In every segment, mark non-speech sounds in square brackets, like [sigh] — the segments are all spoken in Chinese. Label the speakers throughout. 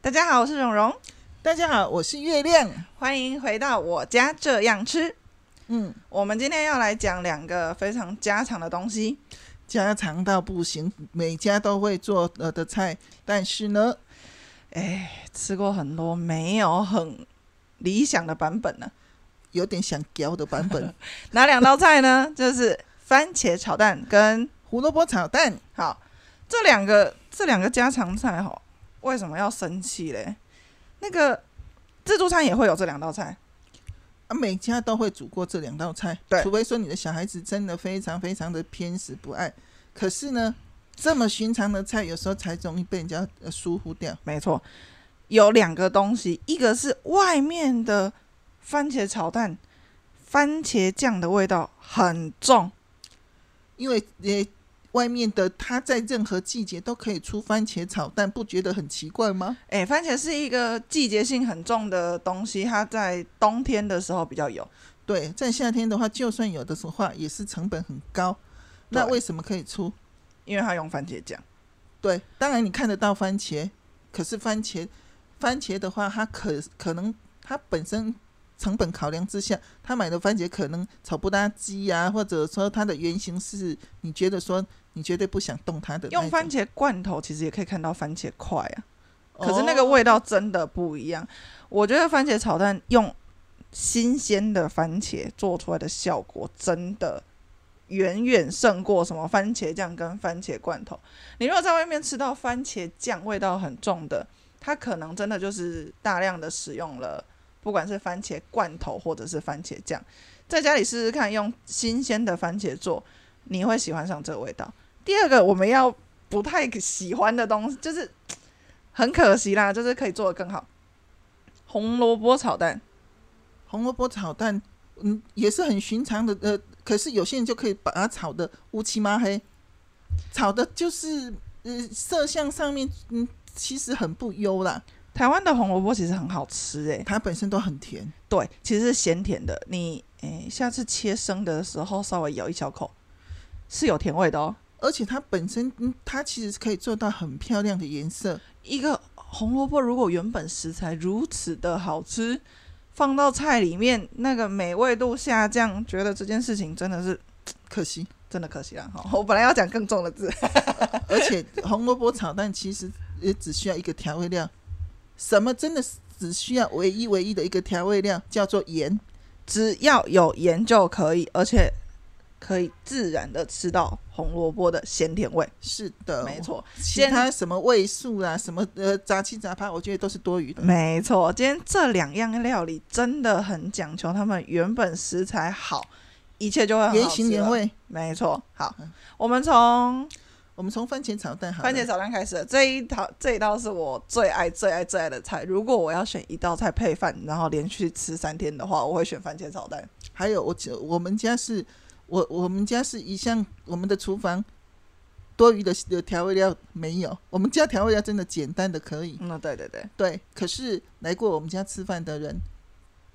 Speaker 1: 大家好，我是蓉蓉，
Speaker 2: 大家好，我是月亮。
Speaker 1: 欢迎回到我家这样吃。
Speaker 2: 嗯，
Speaker 1: 我们今天要来讲两个非常家常的东西，
Speaker 2: 家常到不行，每家都会做呃的菜，但是呢，
Speaker 1: 哎，吃过很多没有很理想的版本呢。
Speaker 2: 有点想嚼的版本，
Speaker 1: 哪两道菜呢？ [laughs] 就是番茄炒蛋跟
Speaker 2: 胡萝卜炒蛋。
Speaker 1: 好这两个这两个家常菜哈，为什么要生气嘞？那个自助餐也会有这两道菜，
Speaker 2: 啊，每家都会煮过这两道菜，
Speaker 1: 对
Speaker 2: 除非说你的小孩子真的非常非常的偏食不爱，可是呢，这么寻常的菜有时候才容易被人家呃疏忽掉。
Speaker 1: 没错，有两个东西，一个是外面的番茄炒蛋，番茄酱的味道很重，
Speaker 2: 因为呃，外面的它在任何季节都可以出番茄炒蛋，不觉得很奇怪吗？
Speaker 1: 哎，番茄是一个季节性很重的东西，它在冬天的时候比较有。
Speaker 2: 对，在夏天的话，就算有的时候也是成本很高。那
Speaker 1: 对
Speaker 2: 为什么可以出？
Speaker 1: 因为它用番茄酱，
Speaker 2: 对，当然你看得到番茄，可是番茄，番茄的话，它可可能它本身成本考量之下，他买的番茄可能草不搭几啊，或者说它的原型是你觉得说你绝对不想动它的那一种，
Speaker 1: 用番茄罐头其实也可以看到番茄块啊，
Speaker 2: 哦，
Speaker 1: 可是那个味道真的不一样。我觉得番茄炒蛋用新鲜的番茄做出来的效果真的远远胜过什么番茄酱跟番茄罐头。你如果在外面吃到番茄酱味道很重的，它可能真的就是大量的使用了，不管是番茄罐头或者是番茄酱，在家里试试看，用新鲜的番茄做，你会喜欢上这个味道。第二个我们要不太喜欢的东西，就是嘖很可惜啦，就是可以做的更好。红萝卜炒蛋，
Speaker 2: 红萝卜炒蛋，嗯，也是很寻常的，呃，可是有些人就可以把它炒的乌漆嘛黑，炒的就是呃色相上面，嗯，其实很不优啦，
Speaker 1: 台湾的红萝卜其实很好吃诶、
Speaker 2: 它本身都很甜。
Speaker 1: 对，其实是咸甜的。你诶、下次切生的时候稍微咬一小口，是有甜味的哦。
Speaker 2: 而且它本身，嗯，它其实是可以做到很漂亮的颜色。
Speaker 1: 一个红萝卜如果原本食材如此的好吃，放到菜里面那个美味度下降，觉得这件事情真的是
Speaker 2: 可惜，
Speaker 1: 真的可惜啦。好，我本来要讲更重的字，
Speaker 2: 而且红萝卜炒蛋其实也只需要一个调味料，什么真的是只需要唯一唯一的一个调味料，叫做盐。
Speaker 1: 只要有盐就可以，而且可以自然的吃到红萝卜的咸甜味。
Speaker 2: 是的，
Speaker 1: 没错，
Speaker 2: 其他什么味素啊，什么呃杂七杂八，我觉得都是多余的。
Speaker 1: 没错，今天这两样料理真的很讲求他们原本食材好，一切就会很好吃
Speaker 2: 原形原
Speaker 1: 了。
Speaker 2: 味。
Speaker 1: 没错，好
Speaker 2: 嗯，
Speaker 1: 我们从
Speaker 2: 我们从番茄炒蛋好了，
Speaker 1: 番茄炒蛋开始了，这一道这一道是我最爱最爱最爱的菜。如果我要选一道菜配饭，然后连续吃三天的话，我会选番茄炒蛋。
Speaker 2: 还有我记我们家是，我我们家是一项我们的厨房多余的的调味料没有，我们家调味料真的简单的可以。
Speaker 1: 嗯，对对对，
Speaker 2: 对，可是来过我们家吃饭的人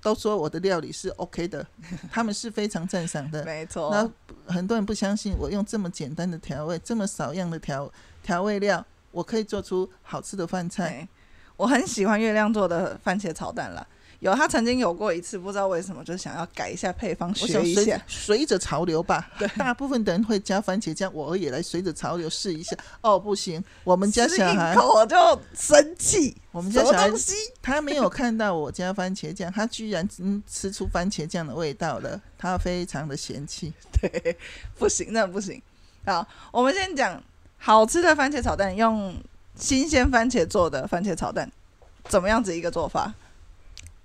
Speaker 2: 都说我的料理是 OK 的，他们是非常赞赏的。
Speaker 1: 没错。
Speaker 2: 嗯那很多人不相信，我用这么简单的调味，这么少样的调调味料，我可以做出好吃的饭菜。
Speaker 1: 对，我很喜欢月亮做的番茄炒蛋啦。有，他曾经有过一次，不知道为什么，就想要改一下配方，
Speaker 2: 我
Speaker 1: 学
Speaker 2: 想
Speaker 1: 一
Speaker 2: 随
Speaker 1: 下
Speaker 2: 着。随着潮流
Speaker 1: [laughs]
Speaker 2: 吧，大部分的人会加番茄酱，我也来随着潮流试一下。哦，不行，我们家
Speaker 1: 吃
Speaker 2: 小
Speaker 1: 一
Speaker 2: 孩
Speaker 1: 口我就生气，
Speaker 2: 我们家
Speaker 1: 什么
Speaker 2: 小孩
Speaker 1: 东西？ [laughs]
Speaker 2: 他没有看到我加番茄酱，他居然嗯吃出番茄酱的味道了，他非常的嫌弃。
Speaker 1: 对，不行，那不行。好，我们先讲好吃的番茄炒蛋，用新鲜番茄做的番茄炒蛋，怎么样子一个做法？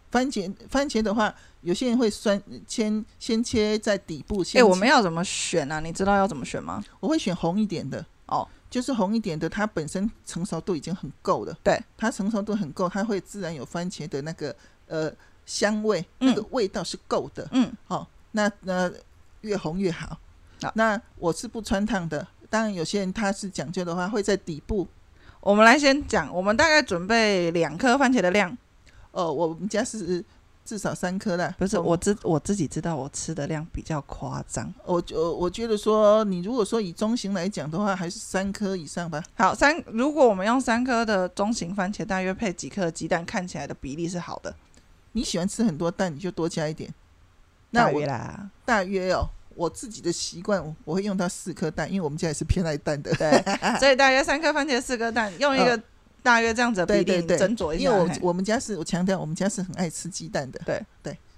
Speaker 2: 番茄番茄的话，有些人会酸先先切在底部，
Speaker 1: 哎、
Speaker 2: 先切
Speaker 1: 我们要怎么选啊？你知道要怎么选吗？
Speaker 2: 我会选红一点的
Speaker 1: 哦，
Speaker 2: 就是红一点的，它本身成熟度已经很够了。
Speaker 1: 对，
Speaker 2: 它成熟度很够，它会自然有番茄的那个呃香味，
Speaker 1: 嗯
Speaker 2: 那个味道是够的。
Speaker 1: 嗯，
Speaker 2: 哦，那那越红越好。
Speaker 1: 好
Speaker 2: 那我是不穿烫的，当然有些人他是讲究的话，会在底部。
Speaker 1: 我们来先讲，我们大概准备两颗番茄的量，
Speaker 2: 呃哦，我们家是至少三颗啦。哦
Speaker 1: 不是
Speaker 2: 总
Speaker 1: 我自我自己知道我吃的量比较夸张。
Speaker 2: 我我我觉得说，你如果说以中型来讲的话，还是三颗以上吧。
Speaker 1: 好，三如果我们用三颗的中型番茄，大约配几颗鸡蛋，看起来的比例是好的。
Speaker 2: 你喜欢吃很多蛋，你就多加一点。那
Speaker 1: 大
Speaker 2: 我
Speaker 1: 约啦，
Speaker 2: 大约哦，我自己的习惯，我我会用到四颗蛋，因为我们家也是偏爱蛋的。 [laughs]
Speaker 1: 对，啊所以大约三颗番茄，四颗蛋，用一个大约这样子的比例
Speaker 2: 对对对
Speaker 1: 你斟酌一下。
Speaker 2: 因为我
Speaker 1: 嘿
Speaker 2: 我们家是我强调，我们家是很爱吃鸡蛋的。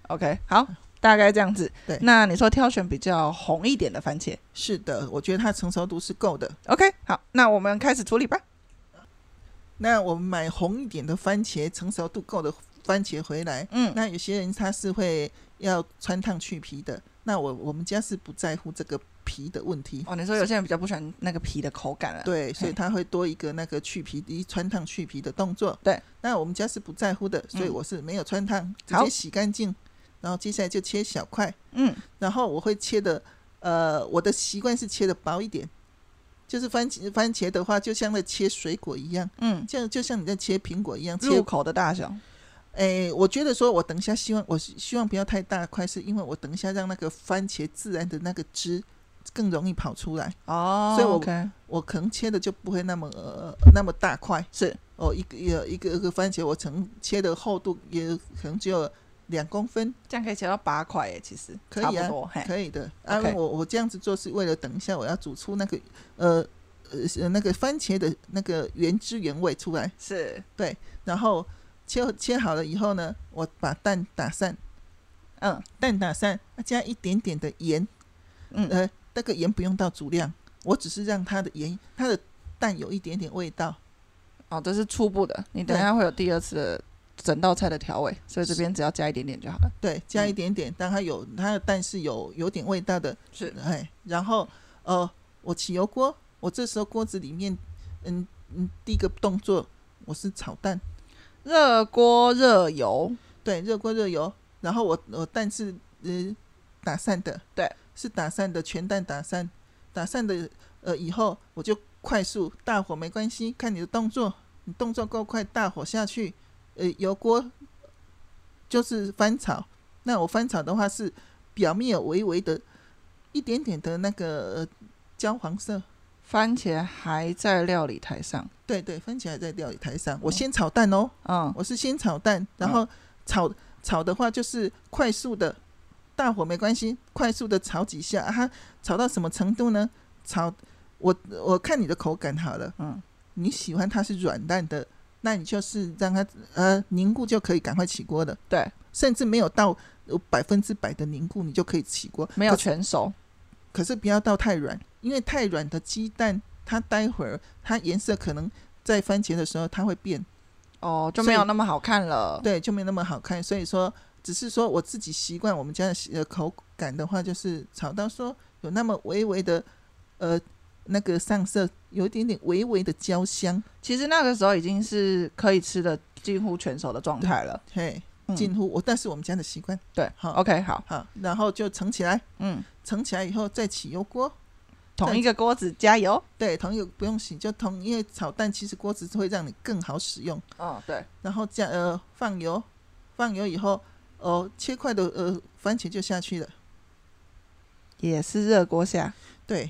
Speaker 1: OK 好，大概这样子。
Speaker 2: 对
Speaker 1: 那你说挑选比较红一点的番茄
Speaker 2: 是的，我觉得它成熟度是够的。
Speaker 1: ，OK 好，那我们开始处理吧。
Speaker 2: 那我们买红一点的番茄，成熟度够的番茄回来。
Speaker 1: 嗯，
Speaker 2: 那有些人他是会要穿烫去皮的，那我我们家是不在乎这个皮的问题。
Speaker 1: 哦，你说有些人比较不喜欢那个皮的口感啊。
Speaker 2: 对，所以他会多一个那个去皮、一穿烫去皮的动作。
Speaker 1: 对，嗯
Speaker 2: 那我们家是不在乎的，所以我是没有穿烫，直
Speaker 1: 好
Speaker 2: 接洗干净，然后接下来就切小块，
Speaker 1: 嗯，
Speaker 2: 然后我会切的，呃，我的习惯是切的薄一点，就是番茄番茄的话，就像在切水果一样，
Speaker 1: 嗯，
Speaker 2: 就就像你在切苹果一样，
Speaker 1: 入
Speaker 2: 切。
Speaker 1: 口的大小。
Speaker 2: 哎，我觉得说，我等一下希望我是希望不要太大块，是因为我等一下让那个番茄自然的那个汁更容易跑出来。
Speaker 1: 哦，
Speaker 2: 所以我
Speaker 1: OK
Speaker 2: 我可能切的就不会那么呃那么大块
Speaker 1: 是
Speaker 2: 哦，一个一个一个一个番茄，我可能切的厚度也可能只有两公分，
Speaker 1: 这样可以切到八块耶，其实
Speaker 2: 可以
Speaker 1: 差
Speaker 2: 啊
Speaker 1: 不多。嘿，
Speaker 2: 可以的。
Speaker 1: 哎
Speaker 2: 啊，
Speaker 1: OK
Speaker 2: 我我这样子做是为了等一下我要煮出那个呃呃是那个番茄的那个原汁原味出来，
Speaker 1: 是
Speaker 2: 然后切切好了以后呢，我把蛋打散，
Speaker 1: 嗯
Speaker 2: 蛋打散，啊加一点点的盐，
Speaker 1: 嗯
Speaker 2: 呃，那个盐不用到足量，我只是让它的盐它的蛋有一点点味道。
Speaker 1: 哦，这是初步的，你等一下会有第二次的整道菜的调味，所以这边只要加一点点就好了。
Speaker 2: 对，加
Speaker 1: 嗯
Speaker 2: 一点点，但它有它的蛋是有有点味道的，
Speaker 1: 是
Speaker 2: 哎，然后呃，我起油锅，我这时候锅子里面，嗯嗯，第一个动作我是炒蛋，
Speaker 1: 热锅热油，
Speaker 2: 对，热锅热油，然后我我蛋是呃打散的，
Speaker 1: 对，
Speaker 2: 是打散的，全蛋打散，打散的呃以后我就快速大火没关系，看你的动作，你动作够快，大火下去，呃油锅就是翻炒，那我翻炒的话是表面有微微的一点点的那个、呃、焦黄色，
Speaker 1: 番茄还在料理台上。
Speaker 2: 对对，番茄还在料理台上，我
Speaker 1: 哦
Speaker 2: 先炒蛋哦。
Speaker 1: 嗯，
Speaker 2: 我是先炒蛋，然后炒炒的话就是快速的，大火没关系，快速的炒几下。啊、它炒到什么程度呢？炒我我看你的口感好了，
Speaker 1: 嗯，
Speaker 2: 你喜欢它是软烂的，那你就是让它呃凝固就可以赶快起锅了，
Speaker 1: 对，
Speaker 2: 甚至没有到百分之百的凝固，你就可以起锅。
Speaker 1: 没有
Speaker 2: 可是
Speaker 1: 全熟。
Speaker 2: 可是不要到太软，因为太软的鸡蛋，它待会儿它颜色可能在番茄的时候它会变。
Speaker 1: 哦，就
Speaker 2: 所
Speaker 1: 没
Speaker 2: 以
Speaker 1: 有那么好看了。
Speaker 2: 对，就没那么好看。所以说，只是说我自己习惯我们家的习呃口感的话，就是炒到说有那么微微的呃那个上色，有一点点微微的焦香，
Speaker 1: 其实那个时候已经是可以吃的近乎全熟的状态了。
Speaker 2: 嘿，
Speaker 1: 嗯
Speaker 2: 近乎我，但是我们家的习惯。
Speaker 1: 对，
Speaker 2: 好
Speaker 1: OK，好，
Speaker 2: 好，然后就盛起来，
Speaker 1: 嗯，
Speaker 2: 盛起来以后再起油锅。
Speaker 1: 同一个锅子加油。
Speaker 2: 对，同油不用洗，就同因为炒蛋其实锅子会让你更好使用。
Speaker 1: 嗯，对，
Speaker 2: 然后加呃放油，放油以后，哦、切块的呃番茄就下去了。
Speaker 1: 也是热锅下，
Speaker 2: 对，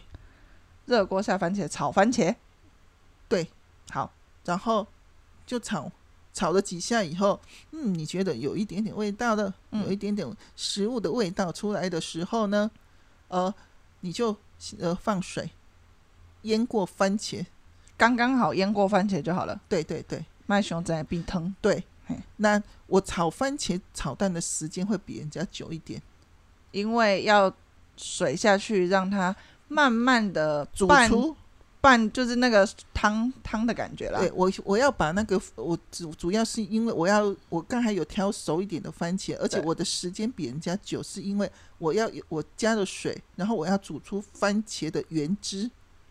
Speaker 1: 热锅下番茄炒番茄。
Speaker 2: 对，
Speaker 1: 好，
Speaker 2: 然后就炒，炒了几下以后，嗯，你觉得有一点点味道了，
Speaker 1: 嗯
Speaker 2: 有一点点食物的味道出来的时候呢，呃，你就呃放水，腌过番茄，
Speaker 1: 刚刚好腌过番茄就好了。
Speaker 2: 对对对
Speaker 1: 麦熊在冰汤，
Speaker 2: 对
Speaker 1: 嘿。
Speaker 2: 那我炒番茄炒蛋的时间会比人家久一点，
Speaker 1: 因为要水下去让它慢慢的
Speaker 2: 煮
Speaker 1: 煮拌
Speaker 2: 出
Speaker 1: 拌，就是那个汤汤的感觉啦。
Speaker 2: 对我我要把那个我主主要是因为我要我刚才有挑熟一点的番茄，而且
Speaker 1: 对
Speaker 2: 我的时间比人家久，是因为我要我加了水，然后我要煮出番茄的原汁。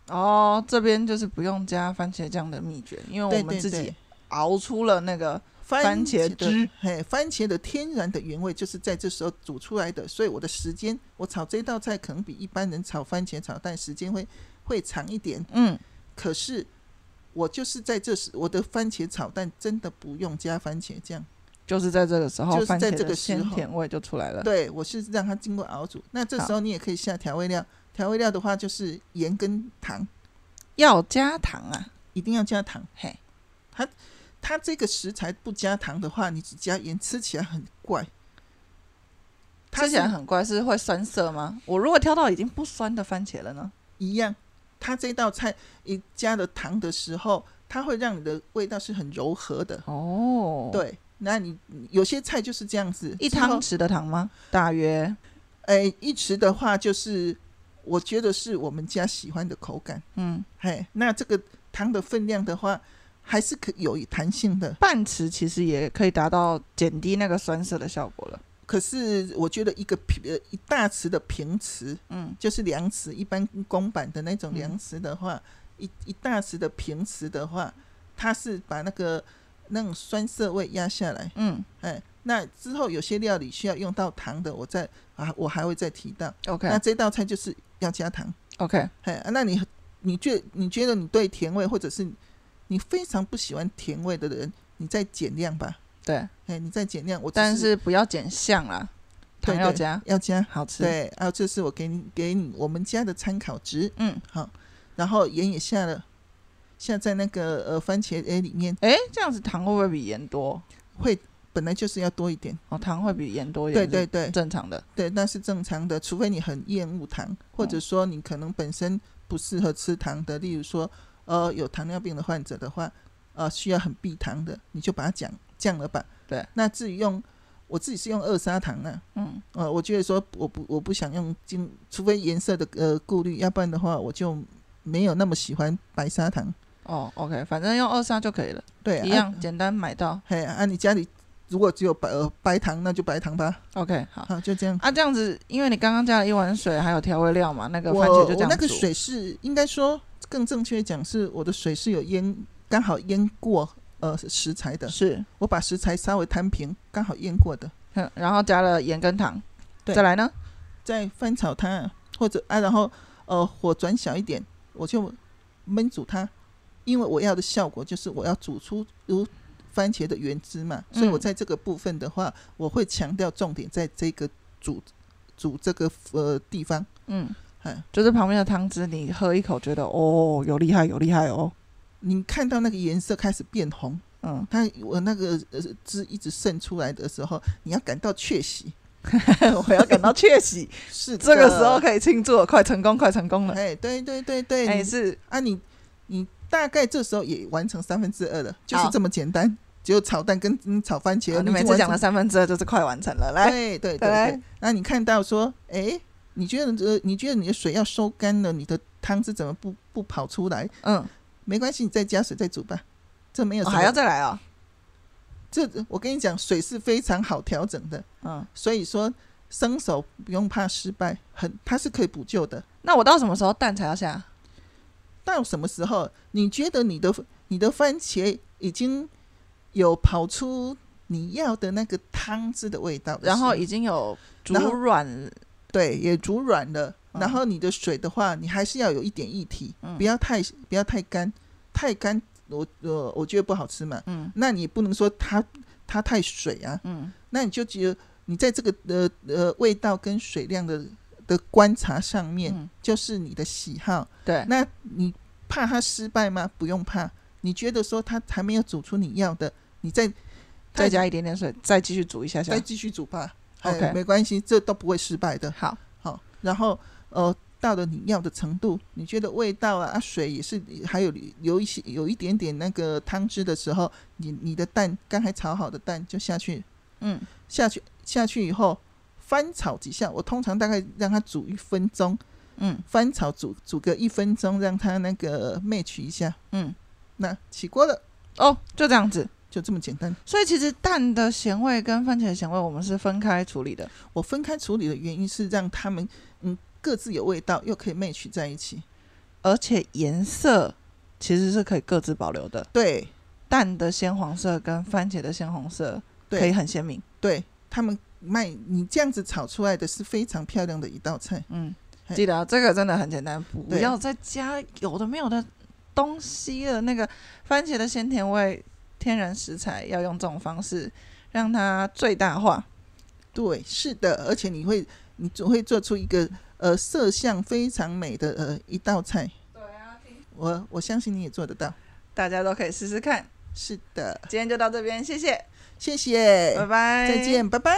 Speaker 1: 哦，这边就是不用加番茄酱的秘诀，因为
Speaker 2: 对
Speaker 1: 我们
Speaker 2: 对
Speaker 1: 自己
Speaker 2: 对，
Speaker 1: 熬出了那个番
Speaker 2: 番
Speaker 1: 茄
Speaker 2: 的
Speaker 1: 汁，
Speaker 2: 嘿，番茄的天然的原味就是在这时候煮出来的，所以我的时间，我炒这道菜可能比一般人炒番茄炒蛋时间会会长一点，
Speaker 1: 嗯，
Speaker 2: 可是我就是在这时，我的番茄炒蛋真的不用加番茄酱。
Speaker 1: 就是在这个时候，
Speaker 2: 就是
Speaker 1: 番
Speaker 2: 在
Speaker 1: 茄
Speaker 2: 这个
Speaker 1: 的
Speaker 2: 时
Speaker 1: 鲜
Speaker 2: 候
Speaker 1: 甜味就出来了。
Speaker 2: 对，我是让它经过熬煮。那这时候你也可以下调味料，调味料的话就是盐跟糖，
Speaker 1: 要加糖啊，
Speaker 2: 一定要加糖。
Speaker 1: 嘿，
Speaker 2: 它它这个食材不加糖的话，你只加盐，吃起来很怪。它
Speaker 1: 吃起来
Speaker 2: 是
Speaker 1: 很怪，是会酸涩吗？我如果挑到已经不酸的番茄了呢？
Speaker 2: 一样，它这道菜一加了糖的时候，它会让你的味道是很柔和的。
Speaker 1: 哦，，
Speaker 2: 对，那你有些菜就是这样子，
Speaker 1: 一
Speaker 2: 之后
Speaker 1: 汤匙的糖吗？大约，
Speaker 2: 哎，一匙的话就是，我觉得是我们家喜欢的口感。
Speaker 1: 嗯，
Speaker 2: 嘿，那这个糖的分量的话，还是可有弹性的。
Speaker 1: 半匙其实也可以达到减低那个酸涩的效果了。
Speaker 2: 可是我觉得一个平呃一大匙的平匙，
Speaker 1: 嗯，
Speaker 2: 就是量匙，一般公版的那种
Speaker 1: 嗯
Speaker 2: 量匙的话，一一大匙的平匙的话，它是把那个那种酸涩味压下来。
Speaker 1: 嗯
Speaker 2: 哎，那之后有些料理需要用到糖的，我再啊我还会再提到。
Speaker 1: ，OK
Speaker 2: 那这道菜就是要加糖。
Speaker 1: OK，
Speaker 2: 哎，啊那你你觉你觉得你对甜味，或者是你非常不喜欢甜味的人，你再减量吧。
Speaker 1: 对，
Speaker 2: 哎，你再减量，我只
Speaker 1: 但
Speaker 2: 是
Speaker 1: 是不要减项啦，
Speaker 2: 对
Speaker 1: 糖要加，
Speaker 2: 要加。
Speaker 1: 好吃。，
Speaker 2: 对，啊，这是我给你给你我们家的参考值。
Speaker 1: 嗯，
Speaker 2: 然后盐也下了，下在那个呃番茄诶里面，
Speaker 1: 诶，这样子糖会不会比盐多？
Speaker 2: 会本来就是要多一点。
Speaker 1: 哦，糖会比盐多一
Speaker 2: 对
Speaker 1: 点，
Speaker 2: 对，对
Speaker 1: 正常的。
Speaker 2: 对，那是正常的，除非你很厌恶糖，或者说你可能本身不适合吃糖的，例如说呃有糖尿病的患者的话，呃需要很避糖的，你就把它降降了吧。
Speaker 1: 对，
Speaker 2: 那至于用我自己是用二砂糖啊，
Speaker 1: 嗯，
Speaker 2: 呃，我觉得说我不我不想用金，除非颜色的呃顾虑，要不然的话我就没有那么喜欢白砂糖。
Speaker 1: 哦，OK，反正用二砂就可以了，
Speaker 2: 对、啊，
Speaker 1: 一样简单买到。
Speaker 2: 嘿，啊，你家里如果只有白呃白糖，那就白糖吧。
Speaker 1: OK，好。
Speaker 2: 好，就这样。
Speaker 1: 啊，这样子，因为你刚刚加了一碗水，还有调味料嘛，那个
Speaker 2: 我
Speaker 1: 番茄就这
Speaker 2: 我
Speaker 1: 样
Speaker 2: 那个
Speaker 1: 煮
Speaker 2: 水是应该说更正确讲是我的水是有腌，刚好腌过呃食材的，
Speaker 1: 是，
Speaker 2: 我把食材稍微摊平，刚好腌过的，
Speaker 1: 嗯，然后加了盐跟糖，
Speaker 2: 对
Speaker 1: 再来呢，
Speaker 2: 再翻炒它，或者啊，然后呃火转小一点，我就焖煮它，因为我要的效果就是我要煮出如番茄的原汁嘛，所以我
Speaker 1: 嗯
Speaker 2: 在这个部分的话，我会强调重点在这个煮煮这个呃地方，
Speaker 1: 嗯，
Speaker 2: 哎，
Speaker 1: 就是旁边的汤汁，你喝一口觉得哦，有厉害，有厉害哦，
Speaker 2: 你看到那个颜色开始变红。
Speaker 1: 嗯， [laughs]
Speaker 2: 它我那个呃汁一直渗出来的时候，你要感到确喜。
Speaker 1: 我要感到窃喜，
Speaker 2: 是的
Speaker 1: [laughs] 这个时候，可以庆祝了，快成功，快成功了，
Speaker 2: 哎，对对对对，
Speaker 1: 哎、
Speaker 2: 你
Speaker 1: 是
Speaker 2: 啊你你大概这时候也完成三分之二了，就是
Speaker 1: 好
Speaker 2: 这么简单。只有炒蛋跟嗯炒番茄，
Speaker 1: 啊好你
Speaker 2: 已
Speaker 1: 每
Speaker 2: 经
Speaker 1: 次
Speaker 2: 完
Speaker 1: 讲
Speaker 2: 成
Speaker 1: 了三分之二就是哎快完成了，来，
Speaker 2: 对对对
Speaker 1: 再来
Speaker 2: 对。那你看到说，哎，你觉得呃，你觉得你的水要收干了，你的汤汁怎么不不跑出来？
Speaker 1: 嗯，
Speaker 2: 没关系，你再加水再煮吧。这没有
Speaker 1: 我
Speaker 2: 什
Speaker 1: 还要
Speaker 2: 么，
Speaker 1: 再来啊、
Speaker 2: 这我跟你讲，水是非常好调整的。
Speaker 1: 嗯，
Speaker 2: 所以说生手不用怕失败，很它是可以补救的。
Speaker 1: 那我到什么时候蛋才要下？
Speaker 2: 到什么时候你觉得你的你的番茄已经有跑出你要的那个汤汁的味道的时候，
Speaker 1: 然后已经有煮
Speaker 2: 然后
Speaker 1: 软，
Speaker 2: 对也煮软了，
Speaker 1: 嗯
Speaker 2: 然后你的水的话，你还是要有一点液体，
Speaker 1: 嗯
Speaker 2: 不要太不要太干，太干我我我觉得不好吃嘛。
Speaker 1: 嗯
Speaker 2: 那你也不能说它它太水啊，
Speaker 1: 嗯
Speaker 2: 那你就只有你在这个呃呃味道跟水量的的观察上面，
Speaker 1: 嗯，
Speaker 2: 就是你的喜好。
Speaker 1: 对，
Speaker 2: 那你怕它失败吗？不用怕，你觉得说它还没有煮出你要的，你再
Speaker 1: 再加一点点水，再继续煮一下下
Speaker 2: 再，继续煮吧。
Speaker 1: OK
Speaker 2: 哎，没关系，这都不会失败的。
Speaker 1: 好，
Speaker 2: 好，然后呃，到了你要的程度，你觉得味道啊、啊水也是，还有有一些有一点点那个汤汁的时候，你你的蛋刚才炒好的蛋就下去，
Speaker 1: 嗯。
Speaker 2: 下去下去以后翻炒几下，我通常大概让它煮一分钟，
Speaker 1: 嗯
Speaker 2: 翻炒煮煮个一分钟，让它那个 match 一下。
Speaker 1: 嗯，
Speaker 2: 那起锅了，
Speaker 1: 哦，就这样子。
Speaker 2: 就这么简单。
Speaker 1: 所以其实蛋的咸味跟番茄的咸味我们是分开处理的。
Speaker 2: 我分开处理的原因是让它们嗯各自有味道，又可以 match 在一起。
Speaker 1: 而且颜色其实是可以各自保留的，
Speaker 2: 对
Speaker 1: 蛋的鲜黄色跟番茄的鲜红色
Speaker 2: 对
Speaker 1: 可以很鲜明。
Speaker 2: 对，他们卖你这样子炒出来的是非常漂亮的一道菜。
Speaker 1: 嗯，
Speaker 2: 嘿
Speaker 1: 记得、啊、这个真的很简单，不
Speaker 2: 对
Speaker 1: 要再加有的没有的东西了。那个番茄的鲜甜味，天然食材要用这种方式让它最大化。
Speaker 2: 对，是的，而且你会，你总会做出一个呃色相非常美的呃一道菜。
Speaker 1: 对啊，
Speaker 2: 我我相信你也做得到。
Speaker 1: 大家都可以试试看。
Speaker 2: 是的，
Speaker 1: 今天就到这边，谢谢，
Speaker 2: 谢谢，
Speaker 1: 拜拜，
Speaker 2: 哎再见，拜拜。